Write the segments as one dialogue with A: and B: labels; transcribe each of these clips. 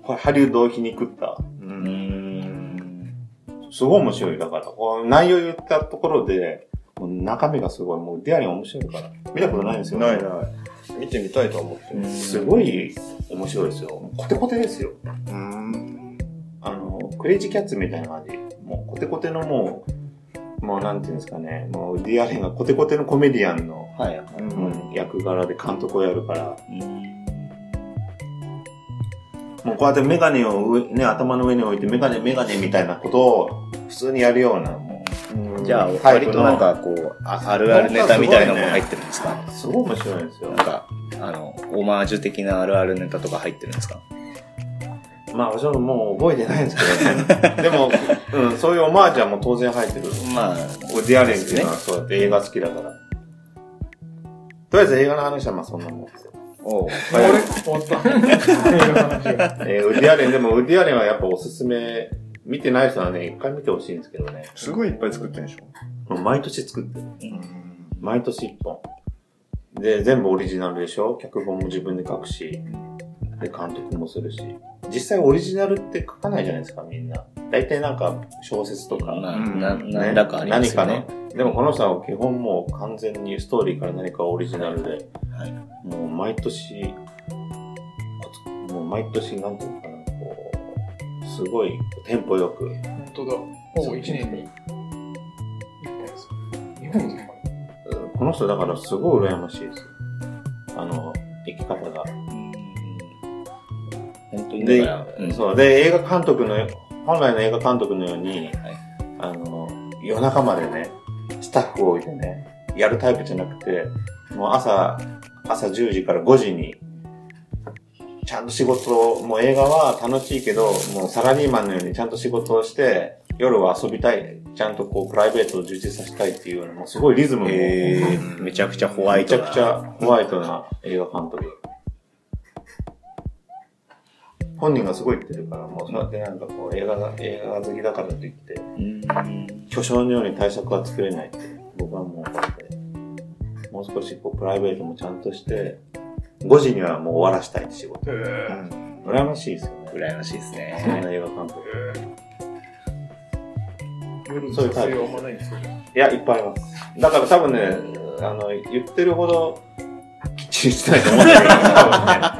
A: これハリウッドを皮肉った
B: う。
C: うんーん。
A: すごい面白い。だから、こう内容言ったところで、もう中身がすごい、もうディアリン面白いから。見たことないんですよ、
B: ないない。見てみたいとは思ってる。
A: すごい面白いですよ。コテコテですよ。
B: うん。
A: あの、クレイジーキャッツみたいな感じ。もうコテコテのもう、もうなんていうんですかね、もうディアリンがコテコテのコメディアンの、
C: はいはい。
B: う。
A: うんん、役柄で監督をやるから、
C: うん
A: もうこうやってメガネを上、ね、頭の上に置いてメガネメガネみたいなことを普通にやるような、もう。
C: じゃあ、
A: タイ
C: 割
A: プ
C: と
A: の
C: なん、かこう、ああるあるネタみたいなのも入ってるんですか
A: すごい面白いんですよ
C: なん。か、あの、オマージュ的なあるあるネタとか入ってるんですか
A: まあ、私ももう覚えてないんですけど ね。でも、うん、そういうオマージュはもう当然入ってる。
C: まあ、
A: オディアレンっていうのはそうやって映画好きだから。とりあえず映画の話はまあそんなもんですよ。
C: おう
D: あれ終わった。映画の話が
A: えー、ウディアレン、でもウディアレンはやっぱおすすめ、見てない人はね、一回見てほしいんですけどね。
B: すごいいっぱい作ってるでしょ。
A: もう毎年作ってる。
B: うん。
A: 毎年一本。で、全部オリジナルでしょ脚本も自分で書くし、で、監督もするし。実際オリジナルって書かないじゃないですか、みんな。大体なんか小説とか。
C: まあ、
B: うん
C: な、
B: ね
C: なんだかありますよね
A: 何。かの。でもこの人は基本もう完全にストーリーから何かオリジナルで、
C: はい
A: もう毎年、もう毎年なんていうのかな、こう、すごいテンポよく。
D: 本当だ。ほぼ一年に。日本でも
A: この人だからすごい羨ましいです。あの、生き方が。
C: 本当に
A: で
C: だから、、うん、
A: そう。で、映画監督の、本来の映画監督のように、
C: い
A: あの、夜中までね、スタッフを置いてね、やるタイプじゃなくて、もう朝、朝10時から5時に、ちゃんと仕事を、もう映画は楽しいけど、もうサラリーマンのようにちゃんと仕事をして、夜は遊びたい、ちゃんとこうプライベートを充実させたいっていうような、もうすごいリズムも、
C: えー、めちゃくちゃホワイ
A: めち
C: ト
A: ゃ
C: な。
A: くちゃホワイトな映画監督。本人がすごい言ってるから、もうそうやってなんかこう映画が、映画好きだからといって、
C: うん
A: 巨匠のように対策は作れないって、僕はもう思って、もう少しこうプライベートもちゃんとして、5時にはもう終わらしたいって仕事。
D: え
A: 羨ましいですよね。
C: 羨ましいです
A: そん
C: ね。
A: な映画監督。
D: ー、夜の撮影はあんまないんですよ。
A: いや、いっぱいあります。だから多分ね、あの、言ってるほど、きっちりしてないと思うんだけど、多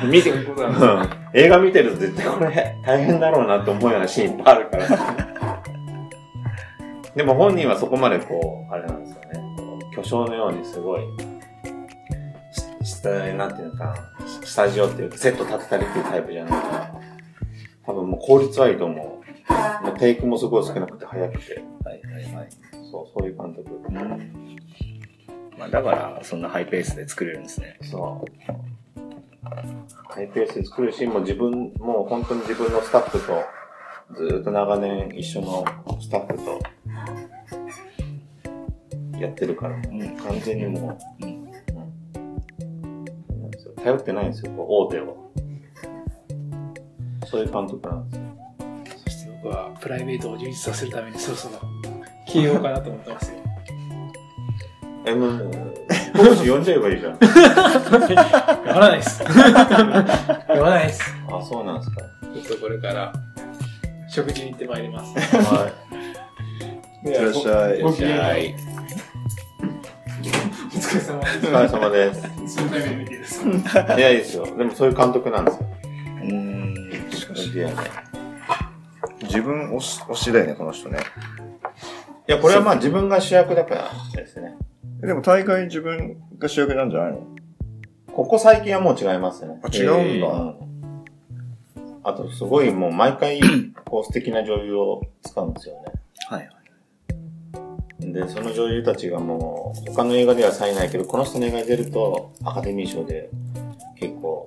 A: 分ね。見て
D: そういうことなんですね
A: うん映画見てると絶対これ大変だろうなって思うようなシーンいっぱいあるから。でも本人はそこまでこう、あれなんですよね。こう巨匠のようにすごい、ししなんていうのかな、スタジオっていうかセット立てたりっていうタイプじゃないから、多分もう効率はいいと思う。もうテイクもすごい少なくて早くて、
C: はいはいはい。
A: そう、そういう監督。
C: うんまあ、だから、そんなハイペースで作れるんですね。
A: そう。ハイペースで作るシーンも自分、もう本当に自分のスタッフと、ずーっと長年一緒のスタッフと、やってるから、
C: ん
A: 完全にもう、
C: うん
A: なんですよ頼ってないんですよ、こう大手を。そういう監督なんですよ。
D: そして僕はプライベートを充実させるためにそろそろ消えようかなと思ってますよ。
A: え、もう、コーチ呼んじゃえばいいじゃん。
D: やらないです。やらないです。
A: あ、そうなんですか。
D: ちょっとこれから食事に行ってまいります。
A: はい
E: らっしゃい。
F: ごきげんよう
C: はい。
D: お疲れ様
A: い。お疲れ様です。
D: です。そのために見てるんです。
A: いや、いいですよ。でもそういう監督なんですよ。
C: うーん、しかし、
A: いやね
B: 自分推し推しだよね、この人ね。
A: いや、これはまあ自分が主役だからですね。
B: えでも大会自分が主役なんじゃないの
A: ここ最近はもう違いますね。
B: あ違うんだ
A: うんあと、すごいもう毎 回、こう素敵な女優を使うんですよ
C: はいはい。
A: ね。で、その女優たちがもう、他の映画ではさえないけど、この人の映画に出ると、アカデミー賞で結構、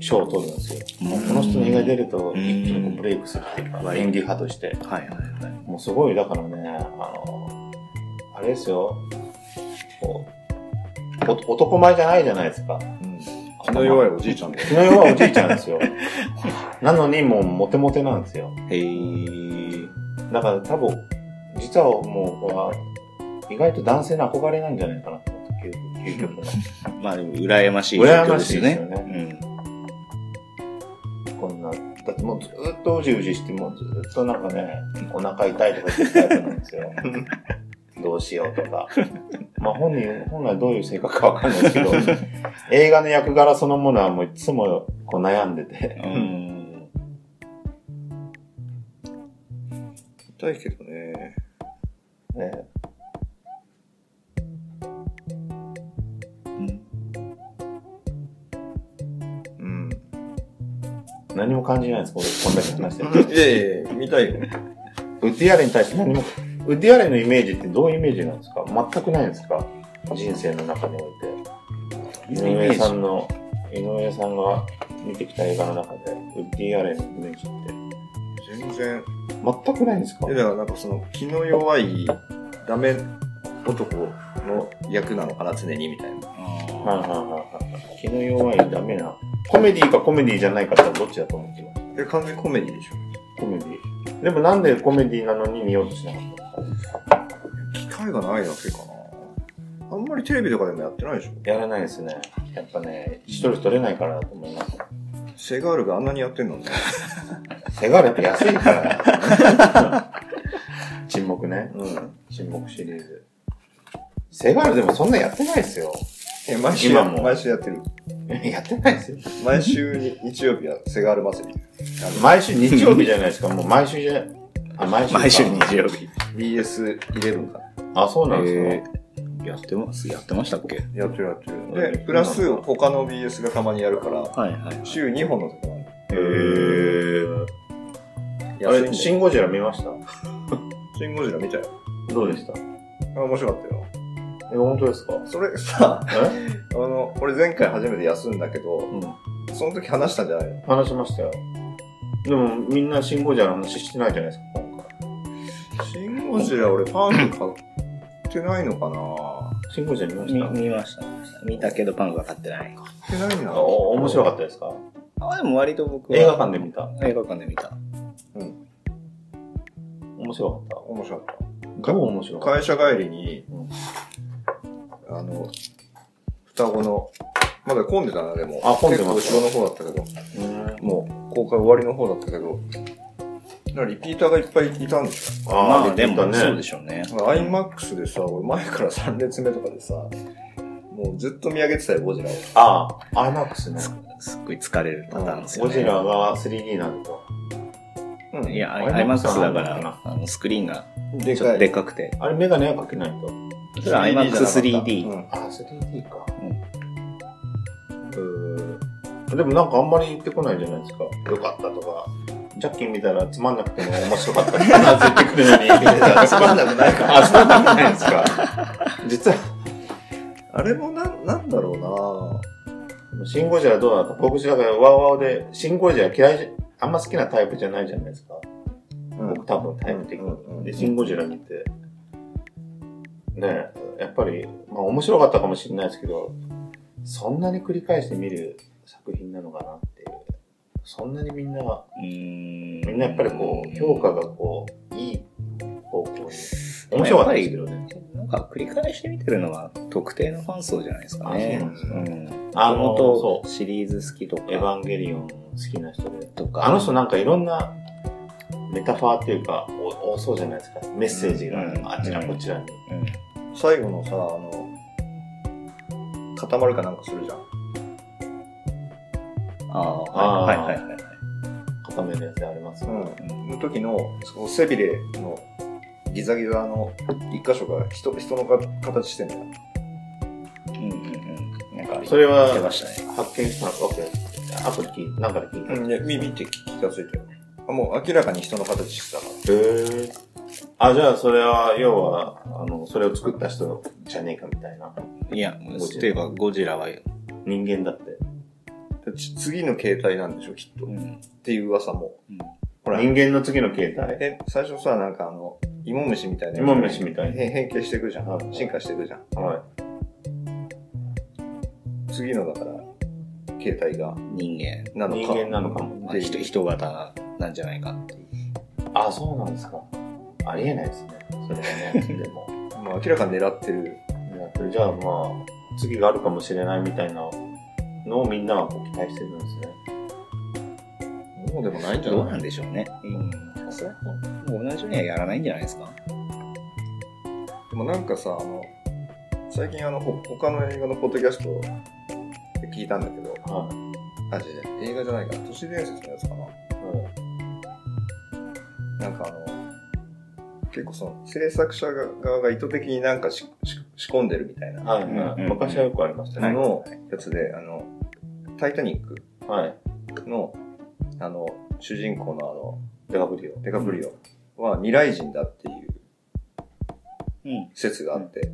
A: 賞を取るんですよ。もうこの人の映画に出ると、一気にこうブレイクするっていうか、演技派として。
C: はいはいはい。
A: もうすごい、だからね、あの、あれですよ、こう、お男前じゃないじゃないですか。
B: うん。気の弱い
A: い。
B: おじいちゃんだよ。
A: 気の弱いおじいちゃんです よ。なのに、もうモテモテなんですよ。
C: へー。
A: だから多分、実はもうこれは、意外と男性の憧れなんじゃないかなと思って、究極究極
C: まあでも、羨ましい状況ですよね。
A: 羨ましい
C: うん。
A: の。こんな、だってもうずっとうじうじして、もうずっとなんかね、お腹痛いとか言ってるタイプなんですよ。どうしようとか。まあ本人、本来どういう性格かわかんないですけど、映画の役柄そのものはもういつもこう悩んでて。
C: うん。
B: 痛いけどね。
A: ね、
B: うん。
A: 何も感じないです、これ、こんだけ話してる。
B: いやいやいや見たいよ。
A: ウッディアレンに対して何も、ウッディアレンのイメージってどういうイメージなんですか全くないんですか人生の中において。井上さんの、井上さんが見てきた映画の中で、ウッディアレンのイメージって
B: 全然。
A: 全くないんですか
B: いや、だからなんかその、気の弱い、ダメ男の役なのかな、常に、みたいな。
A: はいはいはいはい。気の弱いダメな。コメディかコメディじゃないかってどっちだと思ってます
B: え、完全にコメディでしょ。
A: コメディ。でもなんでコメディなのに見ようとしなかったの
B: 機会がないだけかな。あんまりテレビとかでもやってないでしょ。
A: やらないですね。やっぱね、一人取れないからだと思います。
B: セガールがあんなにやってんのね。
A: セガールやっぱ安い から。沈黙ね。
B: うん。
A: 沈黙シリーズ。セガールでもそんなやってないですよ。
B: え、毎週、
A: 今も
B: 毎週やってる。
A: やってないですよ。
B: 毎週に日曜日はセガール祭り。
A: 毎週日曜日じゃないです か。もう毎週じゃない。あ、毎週か。
C: 毎週日曜日。
B: BS11 か。
A: あ、そうなんで
C: へ
A: すか。
C: ーやってますやってましたっけ
B: やってるやって
A: え
B: る。で、プラス他の BS がたまにやるから、
C: はいはい。
B: 週2本のとこなん
A: へー。あ
B: で。
A: れ、
B: 安い
A: シ
B: んだよ
A: ン・ゴジラ見ました
B: シンゴジラ見たよ。
A: どうでした
B: あ、面白かったよ。
A: え、本当ですか
B: それさ、
A: え
B: あの、俺前回初めて休んだけど、
A: うん。
B: その時話したんじゃないの
A: 話しましたよ。でも、みんなシン・ゴジラの話してないじゃないですか、今回。
B: シンゴジラ俺パンク買ってないのかな
A: シン・ゴジラ見ま
C: 見
A: した
C: 見ました、見ました。見たけどパンクは買ってない。
B: 買ってないな。
A: あお面白かったですか
C: あ、でも割と僕は
A: 映画館で見た。
C: 映画館で見た。
A: 面白かっ。
B: 面白かった
A: どう面白
B: た。
A: かっ
B: 会社帰りに
A: うん、
B: あの、双子の、まだ混んでたな、でも。
A: あ混んでま
B: 結
A: す
B: 構後ろの方だったけど。
A: たうん
B: もう公開終わりの方だったけど、だからリピーターがいっぱいいたんですよ。
C: ま
A: あ
C: あ
A: ー
C: でも、
A: 見てた
C: そう
A: ね
C: でしょうね。
B: IMAX でさ、俺前から3列目とかでさ、もうずっと見上げてたよ、ゴジラを。
A: ああ、アイマックスね。
C: すっごい疲れるパターンですよ
A: ゴ
C: ね。
A: ジラが 3D なんだと。
B: うん。
C: いや、
A: アイマック
C: IMAX
A: ス
C: だか
A: なんだ
C: ら、あのスクリーンがちょ
B: で
C: っ
B: か
C: と
B: い。
C: でかくて。
A: あれ、メガネはかけないと。
C: それは
B: じゃ
C: IMAX3D。
B: なかっ
A: あ、3D か。うん。でもなんかあんまり言ってこないじゃないですか。よかったとか。ジャッキー見たらつまんなくても面白か った。必ず言ってくるのに。つまんなくないか。あ、つまんなくないですか。実は、
B: たうんあれもなん、なんだろうな
A: 面シン・ゴジラどうだった僕、だからワウワウで、シン・ゴジラ嫌いじゃ、あんま好きなタイプじゃないじゃないですか。
G: うん
A: 僕多分タイプ的
G: うんうん
A: に。で、シン・ゴジラ見て、ねえ、やっぱり、まあ面白かったかもしれないですけど、そんなに繰り返して見る作品なのかなっていう。そんなにみんな、
C: み
A: みんなやっぱりこう、評価がこう、いい方向に。面白
C: や
A: かった
C: っぱ
A: ですけ
C: り、
A: どね。
C: なんか繰り返して見てるのは特定のファン層じゃないですか
A: あ
C: ね。
A: そうなんですか
C: ん
A: あの
C: も
A: そ
C: と
A: う
C: シリーズ好きと
A: エヴ
C: か、
A: ァンゲリオン好きな人で。
C: とか。
A: あの人なんかいろんなメタファーっていうか、お多そうじゃないですか。メッセージが
C: うん
A: あちらこちらに。
C: うん
B: 最後のさ、あの、固まるかなんかするじゃん。
C: あ
A: あ
C: あ、
A: ー
C: はいはいはいはい。
A: 固めるやつありますよね
B: うん、の時のその背びれのギザギザの一箇所が人人のか形してんだよ。
C: うんうんうん。なんか、
A: それは
C: 言ってましたね。
A: 発見したのわけアプリ聞いなんかで聞いた。
B: うん、いや、見見て気がついたよ。あもう明らかに人の形してたから。
A: へえ。あ、じゃあそれは、要は、あの、それを作った人じゃねえかみたいな。
C: いや、
A: ゴジラ
C: 例えばゴジラは、
A: 人間だって。
B: でち次の形態なんでしょ、きっと。
C: う
B: っ
C: ん
B: ていう噂も。
C: うん
B: ほら、
A: 人間の次の形態。
B: え、最初さ、なんかあの、芋虫みたいな。
A: 芋虫みたいな
B: 変変形していくじゃん。進化していくじゃん。
A: は
B: 次のだから、形態が、
C: 人間。
B: なのか。
A: 人間なのかも
C: まあ、
B: で
C: 人人型なんじゃないかっていう。
A: い。あ、そうなんですか。ありえないですね。それはね。でも。
B: まあ明らかに狙ってる。
A: じゃあまあ、次があるかもしれないみたいなのをみんなはこう期待してるんですね。
B: もうでもないんじゃ
C: どう
B: ない
C: なんでしょうね。うん。それはもう同じようにはやらないんじゃないですか。
B: でもなんかさ、あの、最近あの、ほ他の映画のポッドキャストで聞いたんだけど、
A: はい。
B: あ、違う違う映画じゃないかな。都市伝説のやつかな。なんかあの、結構その、制作者が側が意図的になんかしし仕込んでるみたいな、
A: はい、はい
C: うん
A: 昔はよくありました
B: あ
A: ね。
B: のやつで、あの、タイタニック
A: はい。
B: の、あの、主人公の
A: デカブリオ
B: あ。の、デカプリオは未来人だっていう
C: うん。
B: 説があって、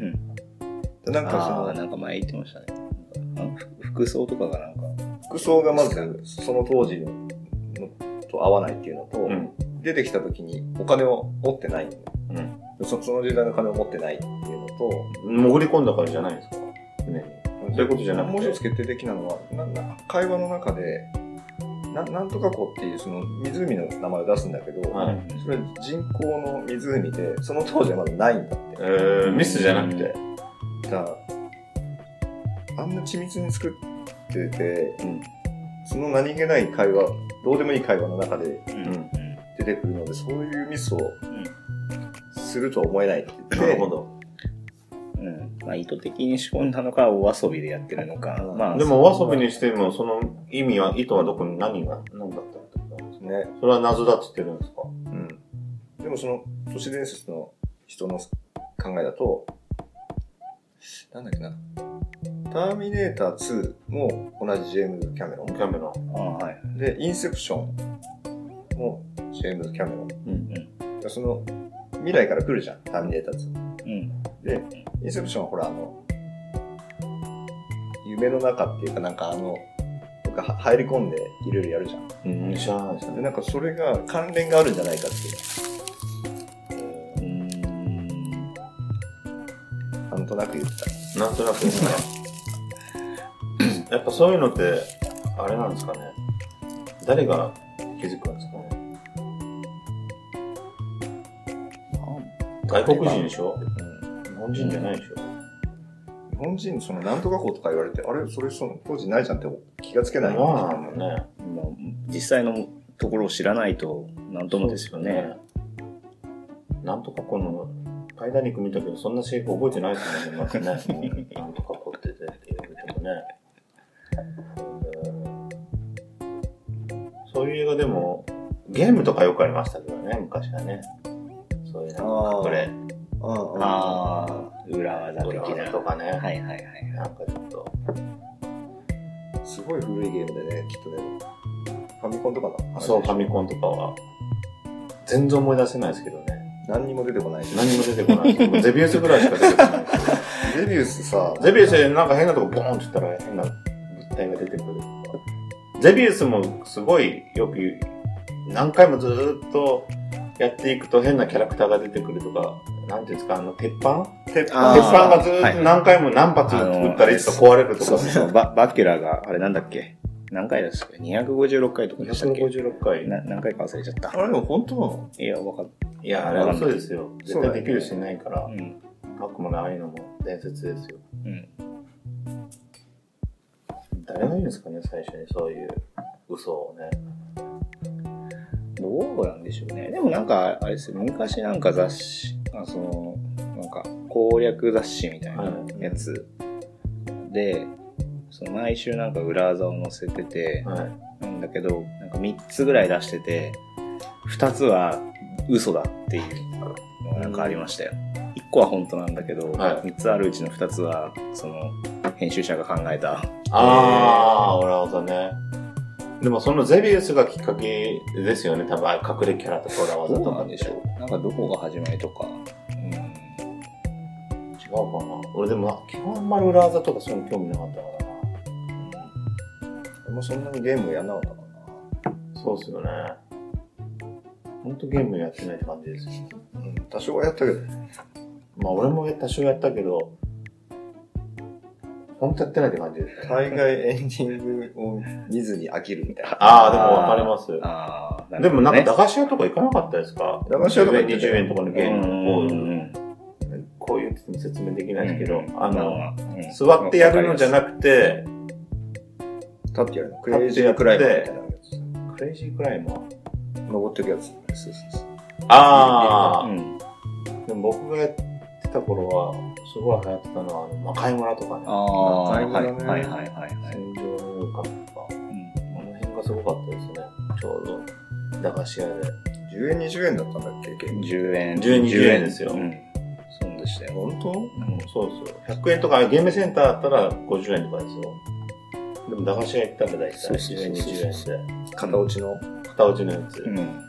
C: うん。
B: でなんかそ
C: あ
B: の
C: あ、、なんか前言ってましたね。なんかふ服装とかがなんか、
B: 服装がまずその当時のと合わないっていうのと、
A: うん。
B: 出てきた時にお金を持ってない、
A: うん
B: そその時代の金を持ってないっていうのと、
A: 潜り込んだからじゃないですか。船に。そういうことじゃなくて
B: もう一つ決定的なのはなな会話の中でななんとか湖っていうその湖の名前を出すんだけど、
A: はい。
B: それ人工の湖でその当時はまだないんだって
A: えー、ミスじゃなくて。
B: だからあんな緻密に作ってて、
A: うん
B: その何気ない会話どうでもいい会話の中で
C: うん
A: うん
B: 出てくるので、そういうミスをするとは思えないって言
A: なる
B: って、
A: ほど。
C: うん。まあ、意図的に仕込んだのか、お遊びでやってるのか。まあ、
A: でも、お遊びにしても、その意味は、意図はどこに何が、何だったってことなんですか
B: ね、
A: それは謎だって言ってるんですか
B: うん。でもその都市伝説の人の考えだと、なんだっけな、ターミネーター2も同じジェームズ・キャメロ
A: キャメロ
C: ああ、はい。
B: ン。で、インセプションもジェームズ・キャメロン。
A: ン。
B: でその未来から来るじゃん、ターミネーター2。
C: うん。
B: で、インセプションはほら、あの、夢の中っていうか、なんかあの、とか入り込んでいろいろやるじゃん。
A: うん。知らないです
B: で
A: ね。
B: なんかそれが関連があるんじゃないかっていう
C: うん。
B: なんとなく言ってた。
A: なんとなくですね。 やっぱそういうのって、あれなんですかね。誰が気づくんですかね。外国人でしょ日本人じゃないでしょ、
B: 日本人、そのなんとか法とか言われて、あれそれその当時ないじゃんって気がつけ
A: ま
B: ない。
A: あなんだね。
C: まあ、実際のところを知らないと、なんともですよね。。
A: なんとかこの、パイダニック見たけど、そんなシェイク覚えてないです もんね、まずね。なんとか凝っててって言われてもね。うんそういう映画でも、ゲームとかよくありましたけどね、昔はね。そういうなんか隠れ、
B: うんうん
C: ああ、裏技的
A: 裏技
C: な。
A: とかね
C: はいはいはい。
A: なんかちょっと。
B: すごい古いゲームでね、きっとね、ファミコンとかの話でしょ
A: そう、ファミコンとかは。全然思い出せないですけどね。
B: 何にも出てこないし。
A: 何も出てこない。もうゼビウスぐらいしか出てこない。
B: ゼビウスさ、
A: ゼビウスでなんか変なとこボーンって言ったら変な物体が出てくるとか。ゼビウスもすごいよく何回もずーっとやっていくと変なキャラクターが出てくるとか、なんていうんですか、あの鉄板鉄
B: あ
A: 板
B: ー
A: 鉄板がずーっ
C: は
A: と
C: い
A: 何回も何発作ったらいつか壊れると
C: そ
A: か
C: う。そう、ババキュラーが、あれなんだっけ何回ですか ?256 回とかでしたっけ
A: 256回。
C: な何回か忘れちゃった
B: あ。れでも本当なの
C: いや、わかん
A: いや、あれは嘘ですよ。絶対できる人いないから
C: う、ん。
A: 悪もないのも伝説ですよ。
C: うん。
A: 誰がいいんですかね、最初にそういう嘘をね。
C: どうなんでしょうね。でもなんか、あれですよ、昔なんか雑誌、あその、なんか攻略雑誌みたいなやつで、その毎週なんか裏技を載せてて、
A: はい。
C: なんだけど、なんか3つぐらい出してて、2つは嘘だっていうのがなんかありましたよ。1個は本当なんだけど、
A: はい
C: 3つあるうちの2つは、その、編集者が考えた。
A: あー、なるほどね。でもそのゼビウスがきっかけですよね、多分、あ隠れキャラとか裏技と
C: どう
A: か
C: な
A: っ
C: ん
A: て
C: でしょうなんかどこが始まりとか。うん。
A: 違うかな。俺でも、基本あんまり裏技とかそういうの興味なかったからな。
B: 俺もそんなにゲームやんなかったか
A: そうっすよね。ほんとゲームやってないって感じですよね。
B: らな。うん、多少はやったけど。
A: まあ俺も多少やったけど、ほんとやってないって感じですね。
B: 大概エンディングを見ずに飽きるみたいな。
A: ああ、でもわかります。
C: ああ、
A: でもなんか
C: だ
A: 駄菓子屋とか行かなかったですか
B: 駄菓子屋とか行ってたよ
A: 20円とかのゲームを
C: ん。
A: こういう説明できないですけど、あの、
C: うん
A: 座ってやるのじゃなくて、
B: 立ってやるの。クレイジークライマーみたいなや
A: クレイジークライマー
B: つ。登ってくやつ。そうそうそう。
A: ああ、
C: うん。
A: でも僕がやってた頃は、すごい流行ってたのは、あの魔界村とかね、
C: ああ、
B: まあ
C: は
B: 買
C: い
B: い物
C: はい
B: ね
C: はいはいはい。
A: 戦場の勇敢とか、
C: うん
A: あの辺がすごかったですね、ちょうど。駄菓子屋で。
B: 10円、20円だったんだっけゲーム。
C: 10円。
A: 10円20円ですよ
C: うん。そうでしたよ。
B: 本当
A: そうですよ。100円とか、ゲームセンターだったら50円とかですよ。でも駄菓子屋行ったら大体
C: そうそう
A: 10
C: そ
A: 円、
C: うそう
A: 20円で、
B: 片落ちの。
A: 片落ちのやつ。
C: うん。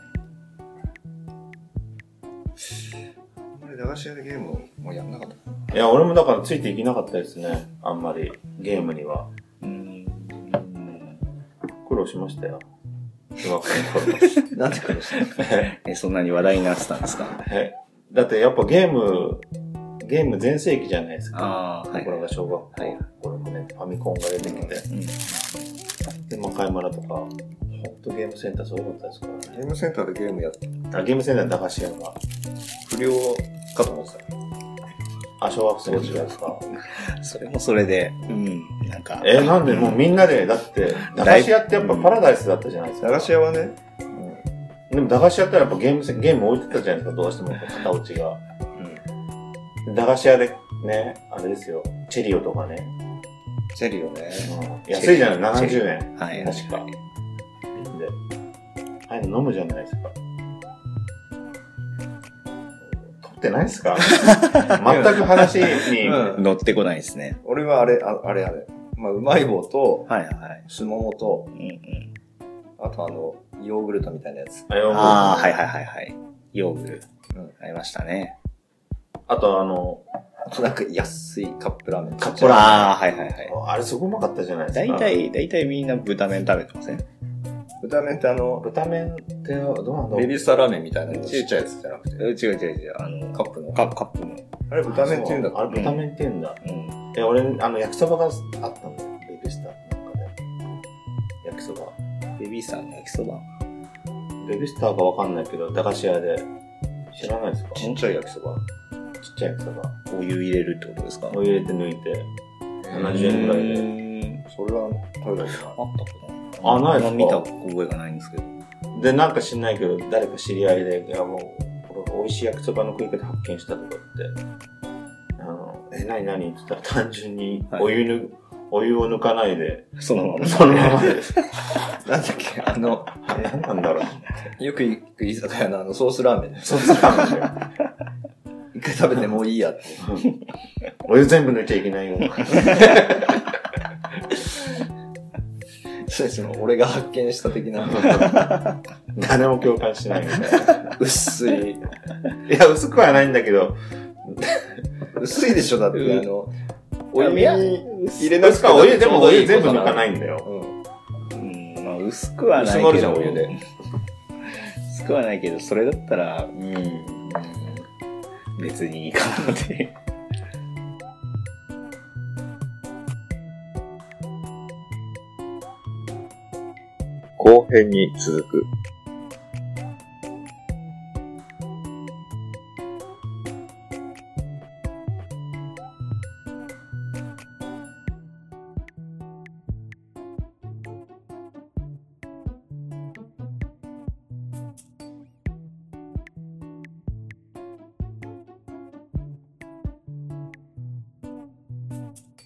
B: あんまり駄菓子屋でゲームをもうやんなかった。
A: いや、俺もだからついていけなかったですね。あんまり、ゲームには。
C: うん。
A: 苦労しましたよ。小学校の頃
B: なんでかでした
C: え、そんなに話題になってたんですか
A: えだってやっぱゲーム、ゲーム全盛期じゃないですか。
C: ああ、はい。
A: これが小学校
C: はい
A: 5、6年、ファミコンが出てきて。
C: うん
A: で、魔界村とか、ほんとゲームセンターすごかったですからね。
B: ゲームセンターでゲームやって、
A: あ、ゲームセンターの駄菓子屋が。
B: 不良かと思ってた。
A: あ、小学生の時代ですか。
C: それもそれで、うん。なんか、
A: え、なんでもうみんなで、だって、駄菓子屋ってやっぱパラダイスだったじゃないですか。
B: 駄菓子屋はね、
A: でも駄菓子屋ってやっぱゲームせ、ゲーム置いてたじゃないですか、どうしても、片落ちが。うん。駄菓子屋で、ね、あれですよ、チェリオとかね。
B: チェリーをね。
A: 安いじゃない、
C: チェリオ
A: 70円。
C: はい。
A: 確か。で、ああいうの飲むじゃないですか。取ってないですか全く話に。
B: うん
C: 乗ってこないですね。
B: 俺はあれ、ああれあれ。まあ、うまい棒と、
C: はいはい。
B: すももと
C: う、んうん。
B: あとあの、ヨーグルトみたいなやつ。
A: あヨーグルト
C: ああ、はいはいはいはい。ヨーグル
B: うん。
C: ありましたね。
A: あとあの、
B: あとなんか安いカップラーメン。
A: カップ
C: ほ
A: ラ
C: ら、はいはいはい。
A: あれすごいうまかったじゃないです
C: 大
A: か。
C: 体、大体みんな豚麺食べてません
B: 豚麺ってあの、
A: 豚麺ってどうなんだろ
B: ベ
A: う
B: ビースターラーメンみたいなちっちゃいやつじゃなくて。
C: 違う違う違う。あの、
B: カップの。
C: カップ、カップの。
B: あれ豚麺って言うんだ
A: あれ豚麺って言うんだ。
C: うん。
A: え、俺、あの、焼きそばがあったんだよ。ベビースターの中で。焼きそば。
C: ベビースターの焼きそば。
A: ベビースターかわかんないけど、駄菓子屋で。知らないですかち
B: ち
A: っ
B: っちゃい焼きそば。
A: ちゃい焼きそば。
C: お湯入れるってことですか
A: お湯入れて抜いて。70円ぐらいで。
C: いで。
B: それは食べたことない。
C: あったかな
A: あないですか
C: あんま見た覚えがないんですけど。
A: で、なんか知んないけど、誰か知り合いで、いやもう、これ美味しい焼きそばの食い方発見したとか言って、あの、え、何何って言ったら単純に
C: はい
A: お湯ぬ、お湯を抜かないで、
C: そのまま。
A: そのまま
B: な
A: で。
B: んだっけ、あの、
A: 何なんだろう。
B: よく行く居酒屋のあのソースラーメン。
A: そうなんだよ。
B: 一回食べてもういいやって。
A: お湯全部抜いちゃいけないよ。
B: そうですね。俺が発見した的 な、
A: 誰も共感しないみたいな。
B: 薄い。
A: いや、薄くはないんだけど、
B: 薄いでしょ、だって、
C: うん
B: あの、
C: い
B: お
C: や
B: 湯に入れなくて
A: 確か
B: も
A: お湯、でもお湯全部
B: 抜
A: 抜
B: か
A: か
B: ない。
A: ないんだよ。
B: うん。
C: うん、まあ薄くはない
B: 薄
C: けど。
B: まるじゃん、お湯で。
C: 薄くはないけど、それだったら、
B: うん。
C: 別にいいかなって。
B: 後編に続く。